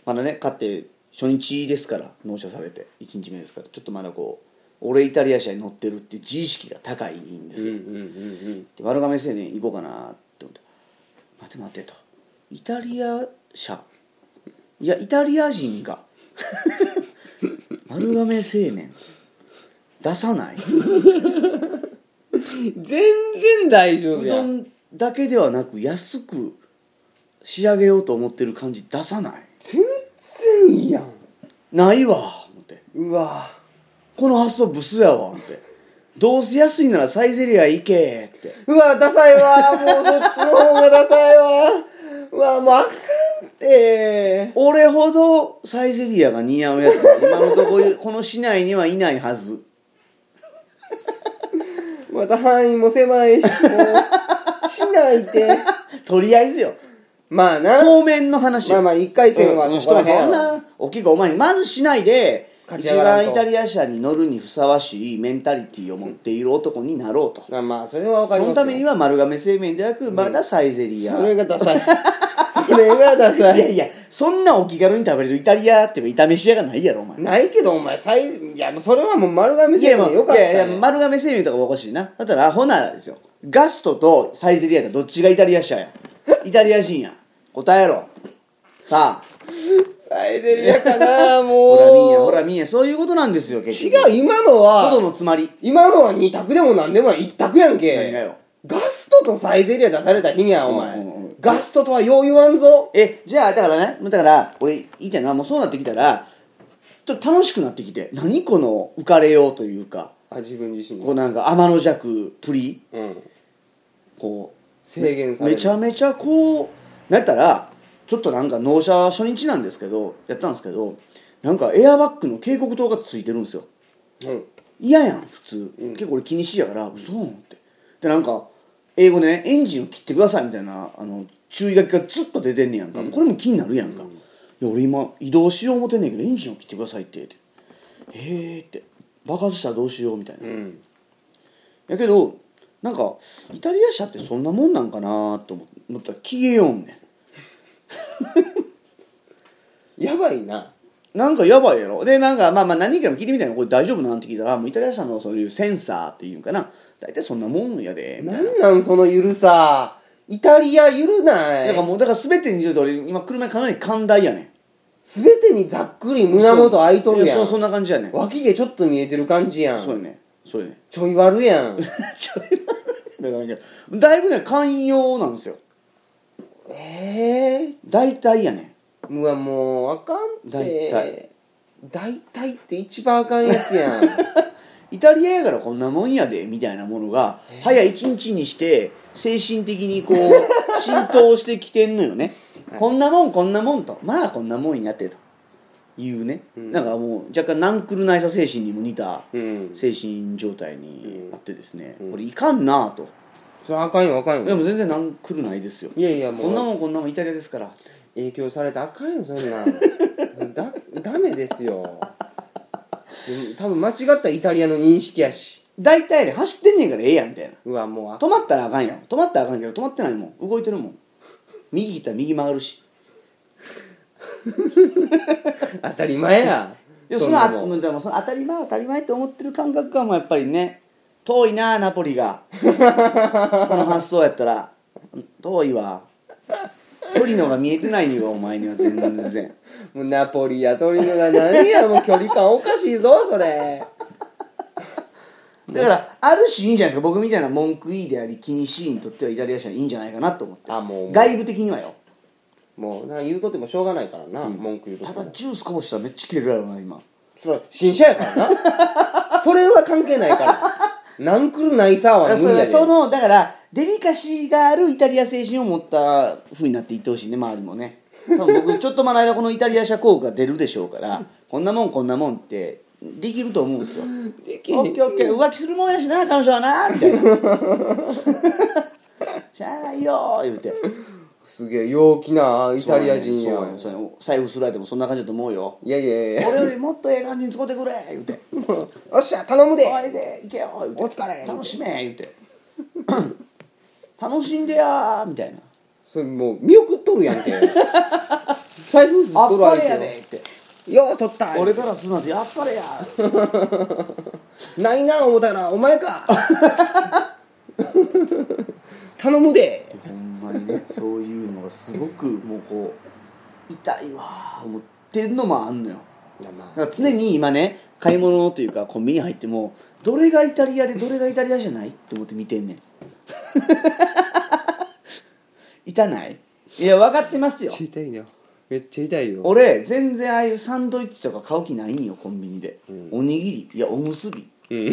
Speaker 1: まだね買って初日ですから納車されて1日目ですからちょっとまだこう俺イタリア車に乗ってるっていう自意識が高いんです
Speaker 2: うん
Speaker 1: よ、
Speaker 2: うんうん
Speaker 1: で丸亀製麺行こうかなって思って「待て待て」と「イタリア車いやイタリア人が 丸亀製麺出さない」
Speaker 2: うん全然大丈
Speaker 1: う
Speaker 2: 夫
Speaker 1: ど
Speaker 2: や
Speaker 1: んだけではなく安く仕上げようと思ってる感じ出さない
Speaker 2: 全然いいやん
Speaker 1: ないわ思って
Speaker 2: うわ
Speaker 1: この発想ブスやわ思ってどうせ安いならサイゼリア行けって
Speaker 2: うわダサいわもうそっちの方がダサいわうわもうあかんって
Speaker 1: 俺ほどサイゼリアが似合うやつは今のところこの市内にはいないはず
Speaker 2: また範囲も狭いしもうしない で
Speaker 1: とりあえずよ
Speaker 2: まあな
Speaker 1: 当面の話
Speaker 2: まあまあ一回戦は
Speaker 1: うん
Speaker 2: そこら辺
Speaker 1: 人はそんな大きくお前にまず市内で
Speaker 2: 勝ち
Speaker 1: 一
Speaker 2: 上がら
Speaker 1: 番
Speaker 2: んと
Speaker 1: イタリア車に乗るにふさわしいメンタリティーを持っている男になろうと
Speaker 2: まあまあそれはわか
Speaker 1: そ
Speaker 2: ります
Speaker 1: の
Speaker 2: よ
Speaker 1: ためには丸亀製麺でなくまだサイゼリア、
Speaker 2: それがダサい それがダサ
Speaker 1: いや
Speaker 2: い
Speaker 1: いやそんなお気軽に食べれるイタリアっていうか炒めし屋がないやろお前
Speaker 2: ないけどお前さいいやもうそれはもう丸亀
Speaker 1: いや
Speaker 2: 製
Speaker 1: いや
Speaker 2: 麺よ
Speaker 1: い
Speaker 2: かった
Speaker 1: やい
Speaker 2: ね
Speaker 1: や丸亀製麺とかもおかしいなだったらアホなですよガストとサイゼリアってどっちがイタリア社やイタリア人や答えろさあ
Speaker 2: サイゼリアかなもう
Speaker 1: ほらみんやほらみんやそういうことなんですよ結局
Speaker 2: 違う今のは
Speaker 1: トドのつまり
Speaker 2: 今のは2択でも何でもない1択やんけ
Speaker 1: 何がよ
Speaker 2: ガストとサイゼリア出された日にゃお前、
Speaker 1: うんうんうん
Speaker 2: ガストとはよう言わんぞ
Speaker 1: えじゃあだからねだから俺言いたいのはもうそうなってきたらちょっと楽しくなってきて何この浮かれようというか
Speaker 2: あ自分自身
Speaker 1: こうなんか天の弱プリ
Speaker 2: うん、
Speaker 1: こう
Speaker 2: 制限され
Speaker 1: め
Speaker 2: る
Speaker 1: ちゃめちゃこうなったらちょっとなんか納車初日なんですけどやったんですけどなんかエアバッグの警告灯がついてるんですよ
Speaker 2: うん
Speaker 1: 嫌やん普通、
Speaker 2: うん
Speaker 1: 結構俺気にしやから嘘なんってでなんか英語でねエンジンを切ってくださいみたいなあの注意書きがずっと出てんねやんか、これも気になるやんか、いや俺今移動しよう思てんねんけどエンジンを切ってくださいってってへえって爆発したらどうしようみたいな、
Speaker 2: うん
Speaker 1: やけどなんかイタリア車ってそんなもんなんかなと思ったら消えよんね
Speaker 2: やばいなん
Speaker 1: なんかやばいやろでなんかまあまあ何人かにも聞いてみたいなこれ大丈夫なんて聞いたらもうイタリア車のそういうセンサーっていうんかな大体そんなもんやでみた
Speaker 2: ない
Speaker 1: なん
Speaker 2: なんそのゆるさイタリアゆるない
Speaker 1: だからもうだから全てに言うと俺今車にかなり寛大やねん
Speaker 2: 全てにざっくり胸元開いとる
Speaker 1: い
Speaker 2: や
Speaker 1: そ
Speaker 2: ん
Speaker 1: うそんな感じやねん
Speaker 2: 脇毛ちょっと見えてる感じやん
Speaker 1: そうやねそうやね
Speaker 2: ちょい悪やん
Speaker 1: だからねだいぶね寛容なんですよ
Speaker 2: ええ
Speaker 1: 大体やね
Speaker 2: うわもうあかんって
Speaker 1: 大体
Speaker 2: 大体って一番あかんやつや ん
Speaker 1: んイタリアやからこんなもんやでみたいなものが早一日にして精神的にこう浸透してきてんのよ ねこんなもんこんなもんとまあこんなもんやってというね、
Speaker 2: うん
Speaker 1: なんかもう若干ナンクルナイサ精神にも似た
Speaker 2: うん
Speaker 1: 精神状態にあってですね、
Speaker 2: うん
Speaker 1: これいかんなぁと
Speaker 2: それあかんよあかん
Speaker 1: で
Speaker 2: よ
Speaker 1: も全然ナンクルないですよ
Speaker 2: いやいや
Speaker 1: こんなも
Speaker 2: もう
Speaker 1: んこんなもんイタリアですから
Speaker 2: 影響されたらあかんよそんなん だダメですよでも多分間違ったイタリアの認識やし
Speaker 1: 大体ね走ってんねんからええやんみたいな
Speaker 2: うわもうあ
Speaker 1: 止まったらあかんやん止まったらあかんけど止まってないもん動いてるもん右切ったら右曲がるし
Speaker 2: 当たり前や
Speaker 1: でもそ
Speaker 2: ん
Speaker 1: の
Speaker 2: な
Speaker 1: あ
Speaker 2: もん
Speaker 1: でもその当たり前は当たり前って思ってる感覚がもうやっぱりね遠いなナポリ がこの発想やったら遠いわトリノが見えてないよお前には全然
Speaker 2: もうナポリやトリノが何やもう距離感おかしいぞそれ
Speaker 1: だからある種いいんじゃないですか僕みたいな文句いいであり禁止にとってはイタリア人はいいんじゃないかなと思って
Speaker 2: あもう
Speaker 1: 外部的にはよ
Speaker 2: もうなんか言うとってもしょうがないからな、文句言うと
Speaker 1: た
Speaker 2: っても
Speaker 1: だジュースこぼしたらめっちゃ切れるやろな今
Speaker 2: それは新車やからな それは関係ないから何くるないさは無理やで
Speaker 1: そのだからデリカシーがあるイタリア精神を持ったふうになっていってほしいね周りもね多分僕ちょっと前の間このイタリア社効果出るでしょうからこんなもんこんなもんってできると思うんですよ
Speaker 2: で
Speaker 1: オッケーオッケー浮気するもんやしな彼女はなみたい なしゃあないよー言うて
Speaker 2: すげえ陽気なイタリア人やん
Speaker 1: そうやね財布すられてもそんな感じだと思うよ
Speaker 2: いやいやいや
Speaker 1: 俺よりもっとええ感じに使ってくれ言うて
Speaker 2: おっしゃ頼むで
Speaker 1: おいで行けよ言うて
Speaker 2: お疲れ
Speaker 1: 楽しめ言うて 楽しんでやーみたいな
Speaker 2: それもう見送っとるや んけ財布ずっ
Speaker 1: あ
Speaker 2: と
Speaker 1: っ
Speaker 2: るわ
Speaker 1: ぱ
Speaker 2: け
Speaker 1: れや
Speaker 2: よ
Speaker 1: でって
Speaker 2: よう取った
Speaker 1: 俺からするなんてやっぱれや
Speaker 2: ないな思ったらお前 か頼むで
Speaker 1: ほんまにねそういうのがすごくもうこう痛いわー思ってんのもあんのよ
Speaker 2: いやま
Speaker 1: だから常に今ね買い物というかコンビニ入ってもどれがイタリアでどれがイタリアじゃないって思って見てんね ん痛ないいや分かってますよ
Speaker 2: ちゃ痛いなめっちゃ痛いよ
Speaker 1: 俺全然ああいうサンドイッチとか買う気ないんよコンビニで、おにぎりいやおむすび
Speaker 2: うん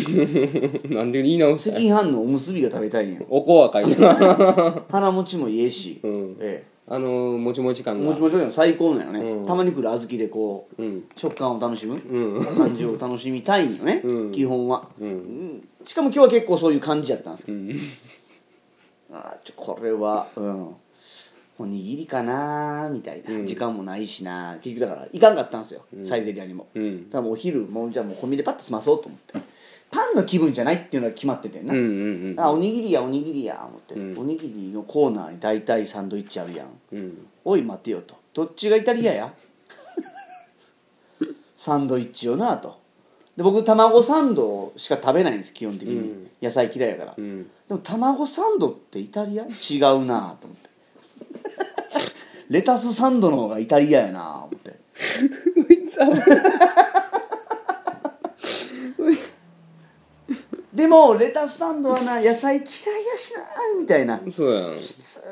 Speaker 2: なん で言い直し
Speaker 1: 赤
Speaker 2: たい
Speaker 1: 飯のおむすびが食べた いんよ
Speaker 2: おこわかいな
Speaker 1: 腹持ちもいいし、
Speaker 2: うん
Speaker 1: え
Speaker 2: あのーもちもち
Speaker 1: え
Speaker 2: 感が
Speaker 1: もちもちの最高なよね、
Speaker 2: うん
Speaker 1: たまに来る小豆でこう、
Speaker 2: うん
Speaker 1: 食感を楽しむ、
Speaker 2: うん
Speaker 1: 感じを楽しみたいんよね、
Speaker 2: うん
Speaker 1: 基本は、
Speaker 2: うん
Speaker 1: うんしかも今日は結構そういう感じやったんですけ
Speaker 2: う
Speaker 1: ど、
Speaker 2: ん
Speaker 1: あーちょこれはうんおにぎりかなーみたいな、
Speaker 2: うん
Speaker 1: 時間もないしなー結局だからいかんかったんですよ、サイゼリアにも、
Speaker 2: うん
Speaker 1: だからもうお昼もうじゃあもうコンビニでパッと済まそうと思ってパンの気分じゃないっていうのが決まっててん
Speaker 2: うんう
Speaker 1: な、
Speaker 2: んうん
Speaker 1: あおにぎりやおにぎりや思って、
Speaker 2: うん
Speaker 1: おにぎりのコーナーに大体サンドイッチあるやん
Speaker 2: うん
Speaker 1: おい待てよとどっちがイタリアや サンドイッチよなとで僕卵サンドしか食べないんです基本的に、
Speaker 2: うん
Speaker 1: 野菜嫌いやから、
Speaker 2: う
Speaker 1: で
Speaker 2: ん
Speaker 1: も卵サンドってイタリア違うなと思って レタスサンドの方がイタリアやな思ってでもレタスサンドはな野菜嫌いやしなみたいな
Speaker 2: そうやん
Speaker 1: きついっ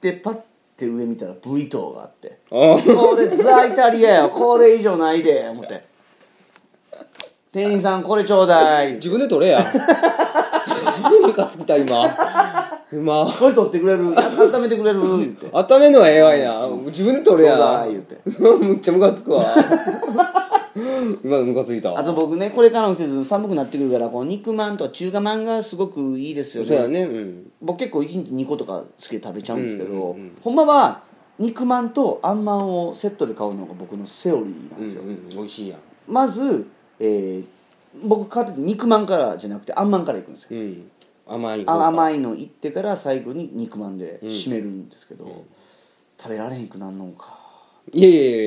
Speaker 1: てパッて上見たら V 棟があって
Speaker 2: あ
Speaker 1: これザ・イタリアよこれ以上ないで思って店員さんこれちょうだい
Speaker 2: 自分で取れやムカつきた今今
Speaker 1: これ取ってくれる温めてくれる言って
Speaker 2: 温めんのはええわいな自分で取れ
Speaker 1: ちょう
Speaker 2: や
Speaker 1: だい言うて
Speaker 2: むっちゃムカつくわ今のムカついた
Speaker 1: あと僕ねこれからの季節寒くなってくるからこう肉まんとか中華まんがすごくいいですよ
Speaker 2: そうや
Speaker 1: ね
Speaker 2: ねうん
Speaker 1: 僕結構1日2個とか好きで食べちゃうんですけど、
Speaker 2: うんうん
Speaker 1: ほんまは肉まんとあんまんをセットで買うのが僕のセオリーなん
Speaker 2: うん
Speaker 1: で
Speaker 2: う
Speaker 1: すよ、
Speaker 2: ん美味しいやん
Speaker 1: まず、えー僕買ってて肉まんからじゃなくてあんまんからいくんですよ
Speaker 2: うん甘
Speaker 1: あ
Speaker 2: いい
Speaker 1: 甘いのいってから最後に肉まんで締めるんですけど、食べられへんくなんのんか
Speaker 2: いやいやいやいや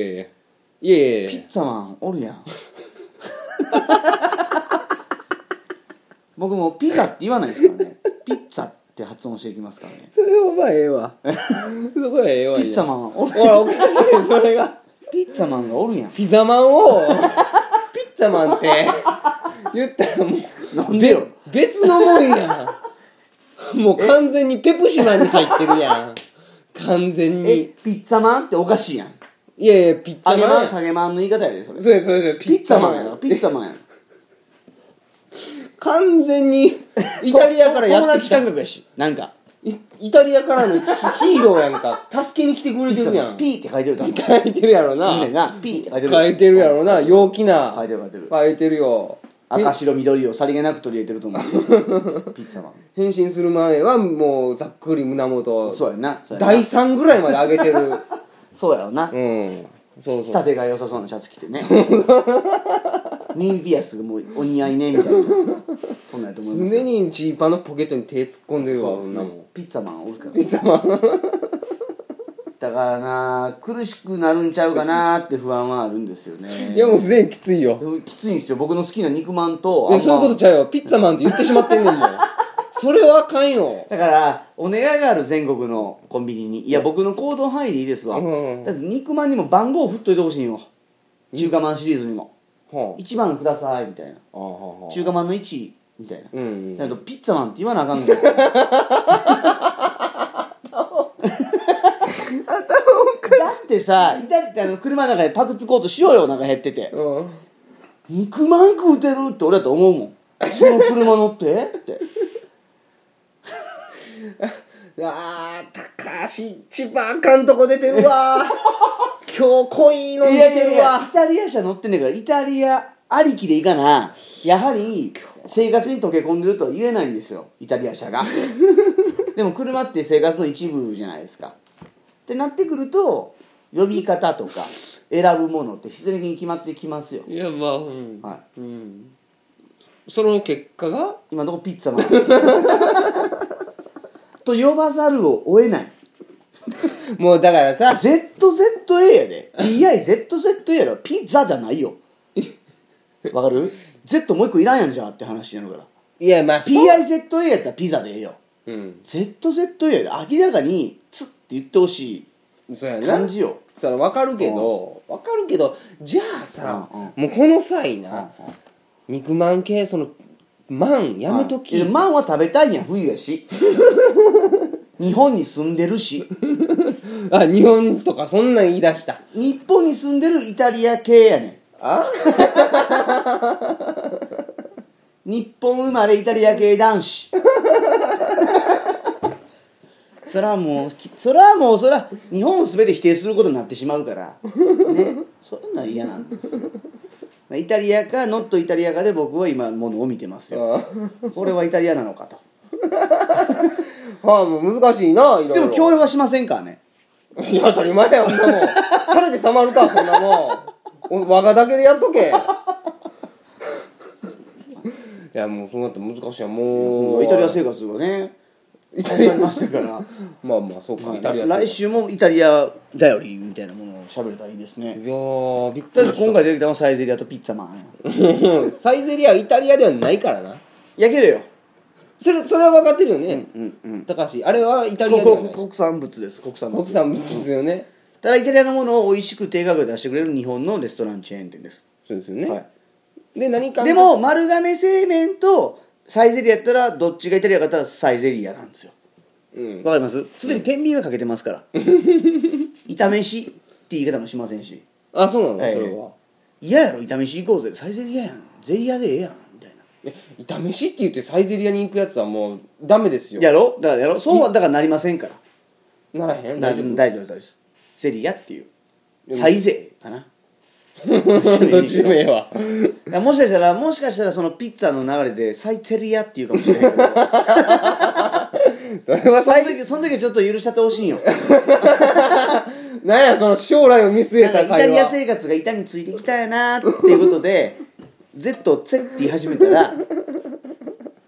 Speaker 2: いやいや
Speaker 1: ピ
Speaker 2: いや
Speaker 1: ッツァマンおる やん僕もうピザって言わないですからねピッツァって発音していきますからね
Speaker 2: それはまあええわそこはええわ
Speaker 1: ピ
Speaker 2: いな
Speaker 1: ッツァマンおる
Speaker 2: ほらおかしいねそれが
Speaker 1: ピッツァマンがおるやん
Speaker 2: ピザマンを ピッツァマンって言ったらもう
Speaker 1: なんでよ
Speaker 2: 別のもんやんもう完全にペプシマンに入ってるやん完全
Speaker 1: え
Speaker 2: に
Speaker 1: ピッツァマンっておかしいやん
Speaker 2: いやいやピッツ
Speaker 1: 上
Speaker 2: ァ
Speaker 1: げ
Speaker 2: マ
Speaker 1: ま
Speaker 2: ン
Speaker 1: ん下げまんの言い方やでそれ
Speaker 2: そうやそうやそうや
Speaker 1: ピッツァマンやろピッツァマンやろ
Speaker 2: 完 全にイタリアからやって
Speaker 1: 友
Speaker 2: きた
Speaker 1: 達感覚やしなんか
Speaker 2: イイタリアからのヒヒーローやんか助けに来てくれてるやん
Speaker 1: ピーって書いてるだろ
Speaker 2: 書いてるやろ
Speaker 1: いいねん
Speaker 2: な
Speaker 1: なピーって書いてる
Speaker 2: 書いてるやろな陽気な
Speaker 1: 書いてる書いてる
Speaker 2: 書いてるよ
Speaker 1: 赤白緑をさりげなく取り入れてると 思うピッツァマン
Speaker 2: 変身する前はもうざっくり胸元
Speaker 1: そうやなそうやな
Speaker 2: 第3ぐらいまで上げて る
Speaker 1: そうやろな、
Speaker 2: うんそう
Speaker 1: 仕
Speaker 2: そう
Speaker 1: 立てが良さそうなシャツ着てねニービアスがもうお似合いねみたいなそんなんやと思います
Speaker 2: 常
Speaker 1: よ
Speaker 2: にジーパンのポケットに手突っ込んでるわ
Speaker 1: そうです
Speaker 2: 女も
Speaker 1: ねピッツァマンおるから
Speaker 2: ピッツァマン
Speaker 1: だからな苦しくなるんちゃうかなって不安はあるんですよね
Speaker 2: いやもうすでにきついよ
Speaker 1: でもきついんですよ僕の好きな肉まんと
Speaker 2: いやそういうこと
Speaker 1: と
Speaker 2: ちゃうよピッツァマンって言ってしまってんね んもんそれはあかんよ
Speaker 1: だからお願いがある全国のコンビニにいや僕の行動範囲でいいですわ、
Speaker 2: うん
Speaker 1: だって肉まんにも番号を振っといてほしいよ中華まんシリーズにも
Speaker 2: は
Speaker 1: 1番くださいみたいな
Speaker 2: ああは
Speaker 1: 中華まんの1みたいな
Speaker 2: うんうん
Speaker 1: だけどピッツァマンって言わなあかん のよ頭おかしいだってさだってあの車の中でパクつこうとしようよお腹減ってて
Speaker 2: うん
Speaker 1: 肉まん食うてるって俺だと思うもんその車乗ってって
Speaker 2: あー高橋一番あかんとこ出てる わ今日濃いの
Speaker 1: い
Speaker 2: 出
Speaker 1: やい
Speaker 2: て
Speaker 1: やい
Speaker 2: る
Speaker 1: やイ
Speaker 2: わ
Speaker 1: タリア車乗ってんねんからイタリアありきでいかなやはり生活に溶け込んでるとは言えないんですよイタリア車 がでも車って生活の一部じゃないですかってなってくると呼び方とか選ぶものって必然的に決まってきますよ、
Speaker 2: いやまあうん、
Speaker 1: は
Speaker 2: うん、その結果が
Speaker 1: い、今のとこピッツァマ ンと呼ばざるを得ない
Speaker 2: もうだからさ
Speaker 1: ZZA やで BIZZA やろピザじゃないよわかる ?Z もう一個いらんやんじゃあって話やるから
Speaker 2: いやまあそう
Speaker 1: PIZA やったらピザでええよ
Speaker 2: うん、
Speaker 1: ZZA やで明らかに「つ」って言ってほし
Speaker 2: そうや
Speaker 1: い
Speaker 2: な
Speaker 1: 感じよ
Speaker 2: それ分かるけど分かるけどじゃあさ、
Speaker 1: うんうん
Speaker 2: もうこの際な、肉まん系そのまんやめとき、
Speaker 1: いやマンは食べたいんや冬やし日本に住んでるし
Speaker 2: あ日本とかそんなん言い出した
Speaker 1: 日本に住んでるイタリア系やねん
Speaker 2: あ
Speaker 1: 日本生まれイタリア系男子そらもうきそらもうそら日本全て否定することになってしまうからねそういうのは嫌なんですよイタリアかノットイタリアかで僕は今ものを見てますよこれはイタリアなのかと
Speaker 2: はあもう難しいないろいろ
Speaker 1: でも協力はしませんからね
Speaker 2: いや当たり前やんそん なもんされてたまるかそんなもんお我がだけでやっ とけいやもうそうなって難しいやもう
Speaker 1: イタリア生活がねイタリアになってから
Speaker 2: まあまあそうかイタリア
Speaker 1: 来週もイタリアだよりみたいなものを喋れたらいいです
Speaker 2: い
Speaker 1: ね
Speaker 2: やーびっく
Speaker 1: だっ
Speaker 2: り
Speaker 1: て今回出てきたのはサイゼリアとピッツァマンや
Speaker 2: うんサイゼリアイタリアではないからな
Speaker 1: やけるよ
Speaker 2: それそれは分かってるよね、
Speaker 1: うんうん
Speaker 2: 高橋あれはイタリアでは
Speaker 1: 国
Speaker 2: ない
Speaker 1: 国国産物です国産物
Speaker 2: 国産物ですよね
Speaker 1: ただイタリアのものを美味しく低価格で出してくれる日本のレストランチェーン店です、
Speaker 2: そうですよね、
Speaker 1: はい
Speaker 2: で何か
Speaker 1: でも丸亀製麺とサイゼリアやったらどっちがイタリアかったらサイゼリアなんですよ
Speaker 2: うん
Speaker 1: わかりますすでに天秤がかけてます から炒めしって言い方もしませんし
Speaker 2: あそうなの、
Speaker 1: はい
Speaker 2: それは
Speaker 1: 嫌やろ炒めし行こうぜサイゼリアやんゼリアでええやんみたいな
Speaker 2: え炒めしって言ってサイゼリアに行くやつはもうダメですよ
Speaker 1: やろだからやろそうはだからなりませんから
Speaker 2: ならへん
Speaker 1: 大
Speaker 2: 大
Speaker 1: 丈
Speaker 2: 丈
Speaker 1: 夫
Speaker 2: 夫
Speaker 1: 大丈夫ですゼリアっていう
Speaker 2: でも
Speaker 1: サイゼかな
Speaker 2: どっちでもええわ
Speaker 1: い やもしかしたらもしかしたらそのピッツァの流れでサイテリアっていうかもしれない けど
Speaker 2: それは
Speaker 1: そ
Speaker 2: 最
Speaker 1: の
Speaker 2: 後
Speaker 1: 時その時はちょっと許しちゃってほしいんよ
Speaker 2: なんやその将来を見据えた
Speaker 1: イタ
Speaker 2: 会
Speaker 1: リア
Speaker 2: 話
Speaker 1: 生活が板についてきたいなっていうことで Z を「ゼ」って言い始めたら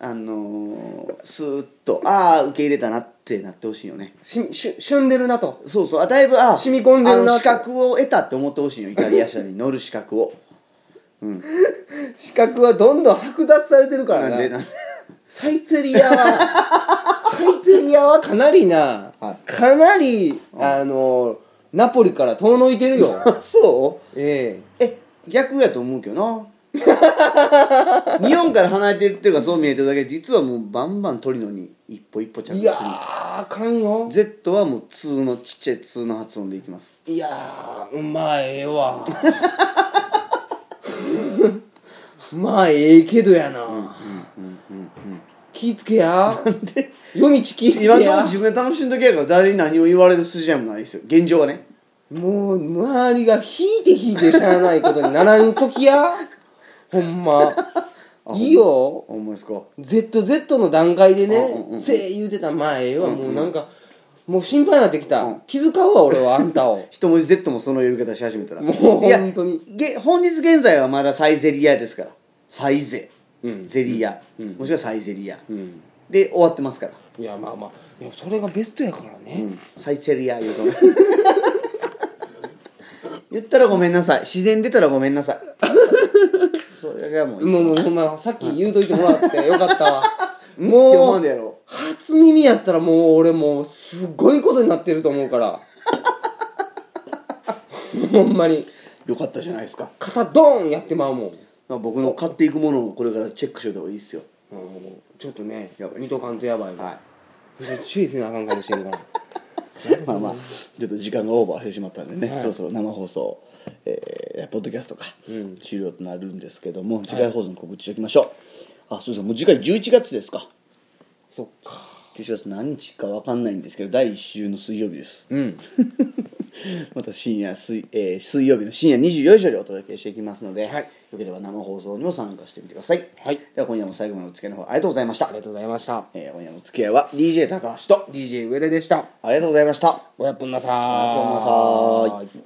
Speaker 1: あのー、スーッとああ受け入れたなってなってほしいよね
Speaker 2: ししゅしゅんでるなと
Speaker 1: そうそうあだいぶあ
Speaker 2: 染み込んでるな
Speaker 1: あの資格を得たって思ってほしいよイタリア車に乗る資格を
Speaker 2: 資格はどんどん剥奪されてるか
Speaker 1: な
Speaker 2: ら
Speaker 1: んでな
Speaker 2: なん
Speaker 1: で
Speaker 2: サイゼリアは サイゼリアはかなりな、
Speaker 1: は
Speaker 2: かなりあのナポリから遠のいてるよ
Speaker 1: そう
Speaker 2: え
Speaker 1: え逆やと思うけ どな日本から離れてるっていうかそう見えてるだけで実はもうバンバン取りのに一歩一歩着
Speaker 2: え
Speaker 1: 地
Speaker 2: い
Speaker 1: する
Speaker 2: やーあかんよ
Speaker 1: Z はもう「通のちっちゃい「通の発音でいきます
Speaker 2: いやーうま いわまあええけどやな、気ぃつけやなんで夜道気ぃつけ
Speaker 1: 今のところ
Speaker 2: や
Speaker 1: 自分で楽しんどきやから誰に何を言われる筋合いもないですよ現状はね
Speaker 2: もう周りが引いて引いてしゃあないことにならんときやほんまいいよ
Speaker 1: あほんまですか
Speaker 2: ZZ の段階で
Speaker 1: うんうんう
Speaker 2: ね「
Speaker 1: ん
Speaker 2: せえ」言うてた前はもうなんかもう心配になってきた気遣うわ俺 はあんたを
Speaker 1: 一文字 Z もその呼び方し始めたら
Speaker 2: もう本当に
Speaker 1: いやげ本日現在はまだサイゼリアですからサイゼ、
Speaker 2: うん
Speaker 1: ゼリア、
Speaker 2: うん
Speaker 1: もしくはサイゼリア、
Speaker 2: うん
Speaker 1: で終わってますから
Speaker 2: いやまあまあいやそれがベストやからね、
Speaker 1: うん、サイセリア言うと 言ったらごめんなさい自然出たらごめんなさいそれがもういい
Speaker 2: もうもうほんまさっき言うといてもら ってよかったわ
Speaker 1: って思
Speaker 2: も
Speaker 1: うん
Speaker 2: う
Speaker 1: だやろ
Speaker 2: 初耳やったらもう俺もうすごいことになってると思うから ほんまに
Speaker 1: よかったじゃないですか、
Speaker 2: 肩ドーンやってまうもん
Speaker 1: まあ、僕の買っていくものをこれからチェックしといた方がいいですよ
Speaker 2: うんちょっとね
Speaker 1: やばいっす
Speaker 2: 見とかんとやばいわ、
Speaker 1: は
Speaker 2: 注意せなあかんかもしれ んから
Speaker 1: いまあまあちょっと時間がオーバーしてしまったんでね、
Speaker 2: はい
Speaker 1: そろそろ生放送えーポッドキャストか、
Speaker 2: うん
Speaker 1: 終了となるんですけども次回放送の告知しておきましょう、あそうですねもう次回11月ですか
Speaker 2: そっか
Speaker 1: 11月何日か分かんないんですけど第1週の水曜日です
Speaker 2: うん
Speaker 1: また深夜水,、えー水曜日の深夜24時よりお届けしていきますので、
Speaker 2: はい
Speaker 1: よければ生放送にも参加してみてください、
Speaker 2: はい
Speaker 1: では今夜も最後までお付き合いの方ありがとうございまし
Speaker 2: あ
Speaker 1: た
Speaker 2: り、がとうございました
Speaker 1: えー今夜のお付き合いは DJ 高橋と
Speaker 2: DJ 上田でした
Speaker 1: ありがとうございました
Speaker 2: おやっぽんなさー
Speaker 1: おやっぽんなさー
Speaker 2: い